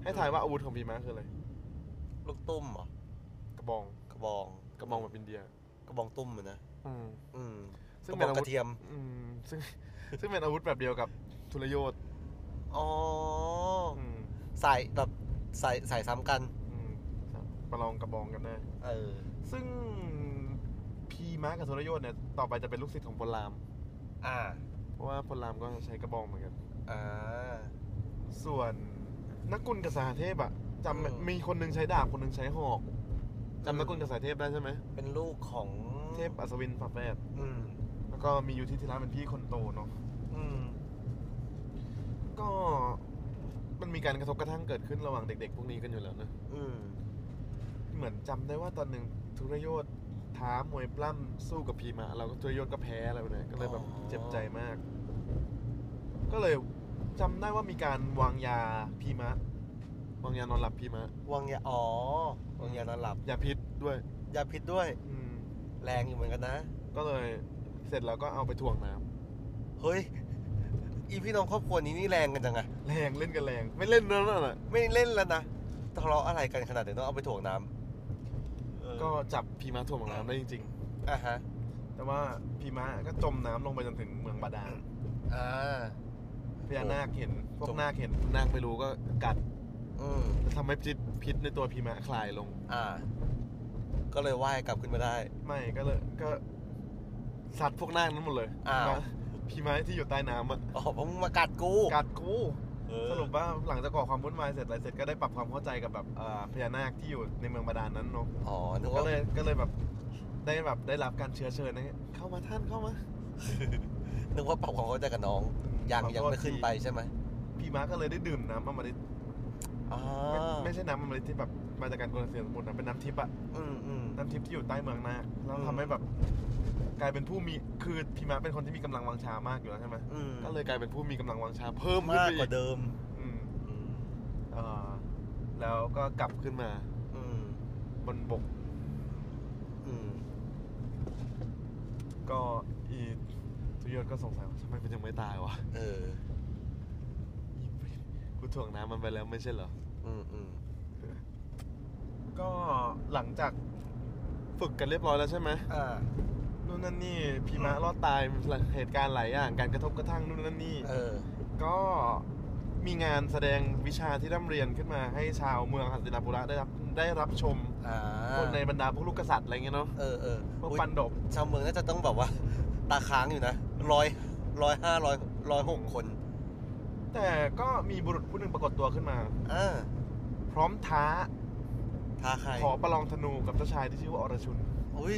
ให้ถ่ายว่าอาวุธของพีมะคืออะไร
ลูกตุ้มเหรอก
ระบอง
กระบอง
กระบองแบบอินเดีย
กระบองตุ้มเหมือนนะ
อืม
อืม
ซึ่ง
กระบ
เป็
อน ง
อาก วุ
ระ
ธ
เทียม
อืมซึ่ง ซึ่งเป็นอาวุธแบบเดียวกับทุรโยธ
อ๋อ
อืม
ใส่แบบใส่ใส่ซ้ำกัน
อืมครับประลองกระบองกันได้
เออ
ซึ่งพีมากับทุรโยธเนี่ย ต่อไปจะเป็นลูกศิษย์ของพลราม
อ่า
เพราะว่าพลรามก็ใช้กระบองเหมือนกัน
อ่า
ส่วนนักกุลกับสาเทพอะจ
เออ
ำมีคนหนึงใช้ดาบคนหนึงใช้หอกจำนักกุลกับสาเทพได้ใช่ไหม
เป็นลูกของ
เทพอัศวินฝาแฝด
อืม
แล้วก็มียูทิธิราเป็นพี่คนโตเนาะ
อืม
ก็มันมีการกระทบกระทั่งเกิดขึ้นระหว่างเด็กๆ พวกนี้กันอยู่แล้วนะ
อืม
เหมือนจำได้ว่าตอนหนึ่งทุรโยศท้ามวยปล้ำสู้กับพีมา เราก็ทุรโยศก็แพ้อะไรแบบเนี้ยก็เลยแบบ
อ๋อ
เจ็บใจมาก ก็เลยจำได้ว่ามีการวางยาพีมะ วางยานอนหลับพีมะ
วางยา อ๋อวางยานอนหลับ
ยาพิษด้วย
ยาพิษด้วย
อืม
แรงอยู่เหมือนกันนะ
ก็เลยเสร็จแล้วก็เอาไปถ่วงน้
เฮ้ย อีพี่น้องครอบครัวนี้นี่แรงกันจังอะ
ำแรงเล่นกันแรง ไม่เล่นแล้วน่ะ
ไม่เล่นแล้วนะทะเลาะอะไรกันขนาดเดี๋ยวต้องเอาไปถ่วงน้ำ
ก็จับพีมะถ่วงน้ำได้จริง
อ่ะฮะ
ๆ แต่ว่าพีมะก็จมน้ำลงไปจนถึงเมืองบาดาล
อ่า
พญานาคเห็น พว
จ
ก
ม
นาคเห็นนาคไม่รู้ก็กัด
อืม
แล้วทำให้พิษพิษในตัวพีมะคลายลง
อ่า ก็เลยว่ายกลับขึ้นมาได้
ไม่ก็เลยก็สัตว์พวกนาคนั้นหมดเลย
อ้าว
มาพีมะที่อยู่ใต้น้ำอะ
อ๋อเพราะมึงมากัดกู
กัดกู
เออ
สรุปว่าหลังจากก่อความวุ่นวายเสร็จอะไรเสร็จก็ได้ปรับความเข้าใจกับแบบอ่าพญานาคที่อยู่ในเมืองบาดาลนั้นเนาะ
อ๋อนึก
ก็
ว่า
เลยก็เลยแบบได้แบบได้รับการเชื้อเชิญนะเข้ามาท่านเข้ามา
นึกว่าปรับความเข้าใจกับน้องยั
ยั
งยังไม่ขึ้นไปใช่ไหม
พีมะก็เลยได้ดื่มน้ำอมฤต
อ่า
ไม่ไม่ใช่น้ำอมฤตที่แบบมาจากการกลนเสียงสมุนนะเป็นน้ำทิพย์อะ
อืมอืม
น้ำทิพย์ที่อยู่ใต้เมืองนาคแล้ว
อืม
ทำให้แบบกลายเป็นผู้มีคือพีมะเป็นคนที่มีกำลังวังชามากอยู่แล้วใช่ไหม
อืม
ก็เลยกลายเป็นผู้มีกำลังวังชาเพิ่มขึ้น
มาก
ไปอี
กว่าเดิม
อืม
อืม
เอ่อแล้วก็กลับขึ้นมา
อืม
บนบก
อืม
ก็อีทุยศก็สงสัยว่าทำไมมันยังไม่ตายวะ
เออ
กูถ่วงน้ำมันไปแล้วไม่ใช่เหรอ
อืมอืม
ก็หลังจากฝึกกันเรียบร้อยแล้วใช่ไหม
อ่า
นู่นนั่นนี่พีมะรอดตายเหตุการณ์หลายอย่างการกระทบกระทั่งนู่นนั่นนี่
เออ
ก็มีงานแสดงวิชาที่ร่ำเรียนขึ้นมาให้ชาวเมืองหัสตินาปุระได้รับได้รับชม
อ่า
คนในบรรดาพวกลูกกษัตริย์อะไรเงี้ยเนาะ
เออเออ
พวก
อุ๊ย
ปันดบ
ชาวเมืองน่าจะต้องแบบว่า ตาค้างอยู่นะร้อยร้อยห้าร้อยร้อยหกคน
แต่ก็มีบุรุษผู้หนึ่งปรากฏตัวขึ้นมา
อ่า
พร้อมท้า
ทาใคร
ขอประลองธนูกับเจ้าชายที่ชื่อว่าอรชุน
อุ้ย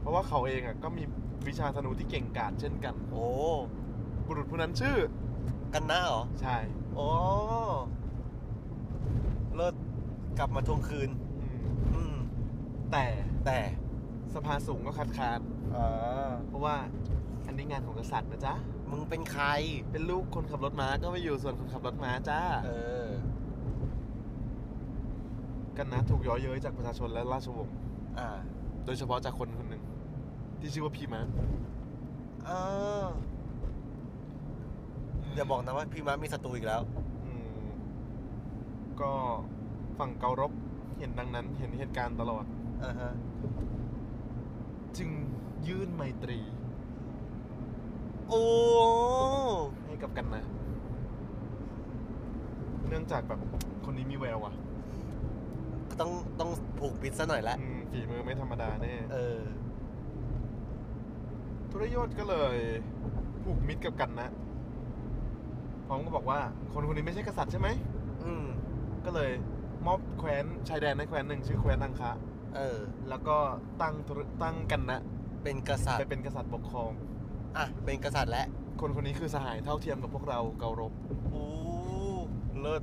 เพราะว่าเขาเองอ่ะก็มีวิชาธนูที่เก่งกาจเช่นกัน
โอ้
บุรุษผู้นั้นชื่อ
กันนะเหรอ
ใช่
โอ้เลิศกลับมาทวงคืน
อืม
อืม
แต่
แต่
สภาสูงก็คัดค้าน
อ่า
เพราะว่าอันนี้งานของกษัตริย์นะจ๊ะ
มึงเป็นใคร
เป็นลูกคนขับรถม้าก็ไม่อยู่ส่วนคนขับรถม้าจ้า
เออ
กันนะถูกเย้อเย้ยจากประชาชนและราชวงศ์
อ่า
โดยเฉพาะจากคนคนหนึ่งที่ชื่อว่าพีมะ
อ่าอย่าบอกนะว่าพี่ม้ามีศัตรูอีกแล้ว
อืมก็ฝั่งเการบ เห็นดังนั้น เห็นเหตุการณ์ตลอด
อ่าฮะ
จึงยื่นไมตรี
โอ้
ให้กับกันนะ เนื่องจากแบบคนนี้มีแววว่ะ
ก็ต้องต้องผูกปิดซะหน่อยละ
อืมฝีมือไม่ธรรมดาแน่
เออ
ทุรยศก็เลยผูกมิตรกับกันนะ พร้อมก็บอกว่า คนคนนี้ไม่ใช่กษัตริย์ใช่ไหม
อืม
ก็เลยมอบแคว้นชายแดนในแคว้นหนึ่งชื่อแคว้นอังคะ
เออ
แล้วก็ตั้งธุรตั้งกันนะ
เป็นกษัต
ไป
ริย์
เป็นกษัตริย์ปกครอง
อ่ะเป็นกษัตริย์แล้ว
คนคนนี้คือสหายเท่าเทียมกับพวกเราเการบ
โอ้
เลิศ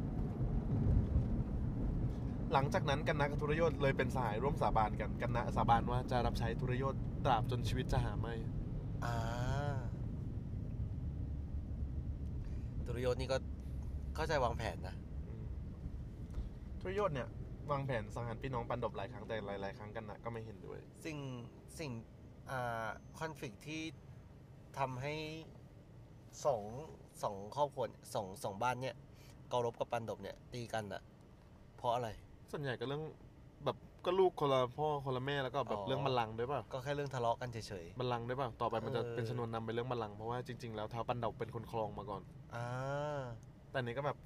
หลังจากนั้นกันนะกับธุรยศเลยเป็นสหายร่วมสาบานกันกันนะสาบานว่าจะรับใช้ธุรยศตราบจนชีวิตจะหาไม่
อ่าตุรยศนี่ก็เข้าใจวางแผนนะ
อืมธุรยศเนี่ยวางแผนสังหารพี่น้องปันดบหลายครั้งแต่หลาย ๆ ครั้งกันนะก็ไม่เห็นด้วย
สิ่งสิ่งอ่าคอนฟ lict ที่ทำให้สองสองครอบครัวเนี่ยสองสองบ้านเนี่ยเการบกับปันดบเนี่ยตีกันอะเพราะอะไร
ส่วนใหญ่ก็เรื่องแบบก็ลูกคนละพ่อคนละแม่แล้วก็แบบ
อ๋อ
เรื่องบัลลังก์ด้วยเปล่า
ก็แค่เรื่องทะเลาะกันเฉย
บัลลังก์ด้วยเปล่าต่อไปมันจะ
เออ
เป็นชนวนนำไปเรื่องบัลลังก์เพราะว่าจริง ๆ แล้วท้าวปันดบเป็นคนคลองมาก่อน
ๆอ่า
แต่อันนี้ก็แบบ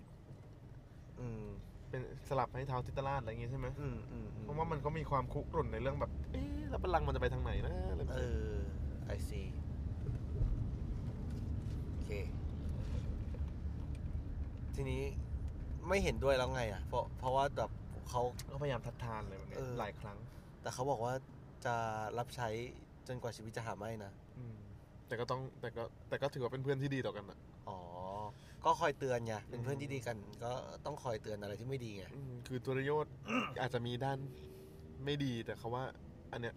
อืม
เป็นสลับให้ท้าวทิตราชอะไรอย่างงี้ใช่ไหม
อืมอืมอืม
เพราะว่ามันก็มีความคุกรุ่นในเรื่องแบบเอ๊ะแล้วบัลลังก์มันจะไปทางไหนนะอะไรแบบ
เอ
นี้
อ I see โอเค ทีนี้ไม่เห็นด้วยแล้วไงอ่ะ เพราะเพราะว่าแบบเขา
ก็พยายามทัดทานอะไรแบบเนี้ย
เออ
หลายครั้ง
แต่เขาบอกว่าจะรับใช้จนกว่าชีวิตจะหาไม่นะ
แต่ก็ต้องแต่ก็แต่ก็ถือว่าเป็นเพื่อนที่ดีต่อกันอะ
อ๋อ ก็คอยเตือนไง เป็นเพื่อนที่ดีกัน ก็ต้องคอยเตือนอะไรที่ไม่ดีไง
อืมคือตัวยศ อาจจะมีด้านไม่ดีแต่เขาว่า อันเนี้ย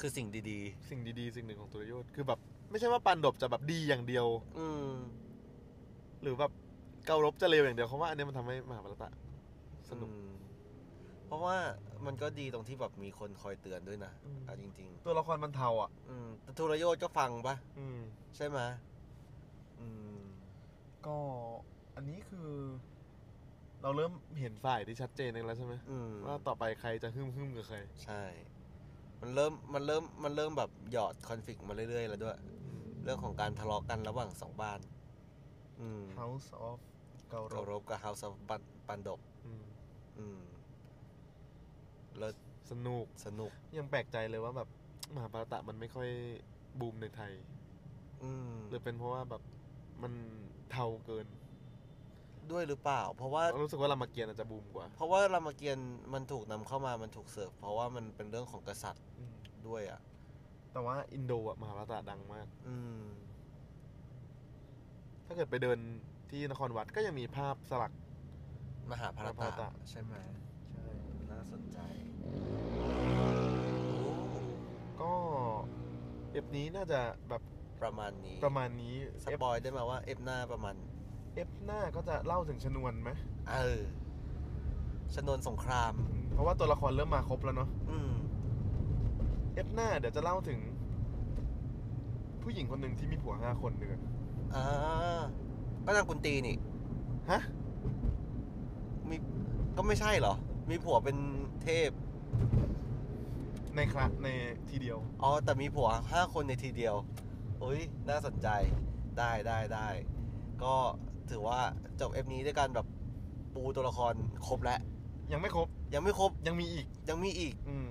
คือสิ่งดี
สิ่งดีๆ สิ่งหนึ่งของตัวยศคือแบบไม่ใช่ว่าปันดบจะแบบดีอย่างเดียว
ๆ อืม
หรือแบบเการบจะเลวอย่างเดียวเขาว่าอันเนี้ยมันทำให้มหาภารตะสนุก
อืมเพราะว่ามันก็ดีตรงที่แบบมีคนคอยเตือนด้วยนะ
อืม
เอาจริง
ตัวละครมันเทาอ่ะ
ๆ อืมแต่ทุรโยชก็ฟังปะ
อืม
ใช่ไหมอืม
ก็อันนี้คือ เราเริ่มเห็นฝ่ายที่ชัดเจนกันแล้วใช่ไหม
อืม
ว่าต่อไปใครจะฮึ่มฮึ่มๆกับใคร
ใช่ มันเริ่ม มันเริ่ม มันเริ่มแบบหยอดคอนฟ lict มาเรื่อยๆ แล้วด้วย เรื่องของการทะเลาะกันระหว่างสองบ้าน อืม
House of เการ
เคารพ
บ
กับ House of ปันปันดบ
อืม
อืม แล้ว
สนุก
สนุก
ยังแปลกใจเลยว่าแบบมหาปาราตะมันไม่ค่อยบูมในไทย
อืม
หรือเป็นเพราะว่าแบบมันเทาเกิน
ด้วยหรือเปล่า เพราะว่า
รู้สึกว่ารามเกียรติอาจจะบูมกว่า
เพราะว่ารามเกียรติ์มันถูกนำเข้ามา มันถูกเสิร์ฟ เพราะว่ามันเป็นเรื่องของกษัตริย์ด้วยอ่ะ
แต่ว่าอินโดอะมหาปาราตะดังมาก
อืม
ถ้าเกิดไปเดินที่นครวัดก็ยังมีภาพสลัก
มหาภาร
มหาภาร
ตะ
ตะ
ใช่ไหม น่าสนใจ
ก็เอฟนี้น่าจะแบบ
ประมาณนี้
ประมาณนี้
ส
เอฟ
ปอยได้ไหมาว่าเอฟหน้าประมาณ
เอฟหน้าก็จะเล่าถึงชนวนไหม
เออชนวนสงคราม
อืมเพราะว่าตัวละครเริ่มมาครบแล้วเนาะ
อืม
เอฟหน้าเดี๋ยวจะเล่าถึง ผู้หญิงคนหนึ่งที่มีผัวห้าคนเดือน
อ่า ก็นางกุนตีนี่
ฮะ
มีก็ไม่ใช่เหรอ มีผัวเป็นเทพ
ในครั้งในทีเดียว
อ๋อ แต่มีผัวห้าคนในทีเดียวอุ้ยน่าสนใจ ได้ได้ได้ ก็ถือว่าจบเอฟนี้ด้วยการแบบปูตัวละครครบแล้ว
ยังไม่ครบ
ยังไม่ครบ
ยังมีอีก
ยังมีอีก
อืม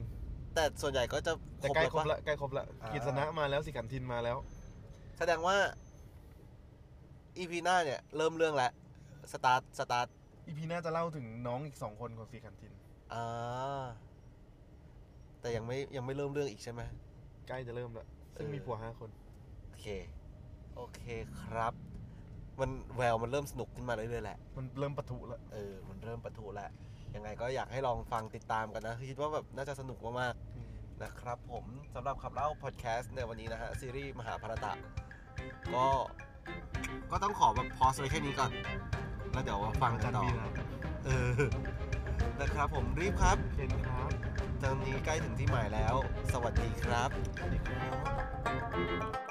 แต่ส่วนใหญ่ก็จะ
แต่ใกล้ครบ
ปะ
ละใกล้ครบละ
อ่า
กิจสนะมาแล้วสิขันทินมาแล้ว
แสดงว่า อีพีหน้าเนี่ย เริ่มเรื่องแล้ว สตาร์ท สตาร์ท
อีพีหน้าจะเล่าถึงน้องอีกสองคนของสีขันทิน
อ่า แต่ยังไม่ยังไม่เริ่มเรื่องอีกใช่ไหม
ใกล้จะเริ่มละซึ่ง
เออ
มีผัวห้าคน
โอเค โอเคครับ มันแววมันเริ่มสนุกขึ้นมาเรื่อยๆแหละ
มันเริ่มปะทุละ
เออ มันเริ่มประทุแล้วยังไงก็อยากให้ลองฟังติดตามกันนะคือคิดว่าแบบน่าจะสนุกมากๆนะครับผมสำหรับขับเล่าพอดแคสต์ในวันนี้นะฮะ ซีรีส์มหาภารตะ ก็ ก็ต้องขอแบบพอสไว้แค่นี้ก่อน แล้วเดี๋ยวมาฟัง
อา
กั
จาน ร
ต่อ
ย์บีนะ
เออ นะครับผมรีบครับ
เคนครับ
ตอนนี้ใกล้ถึงที่หมายแล้ว สวัสดีครับ
สวัสดีครับ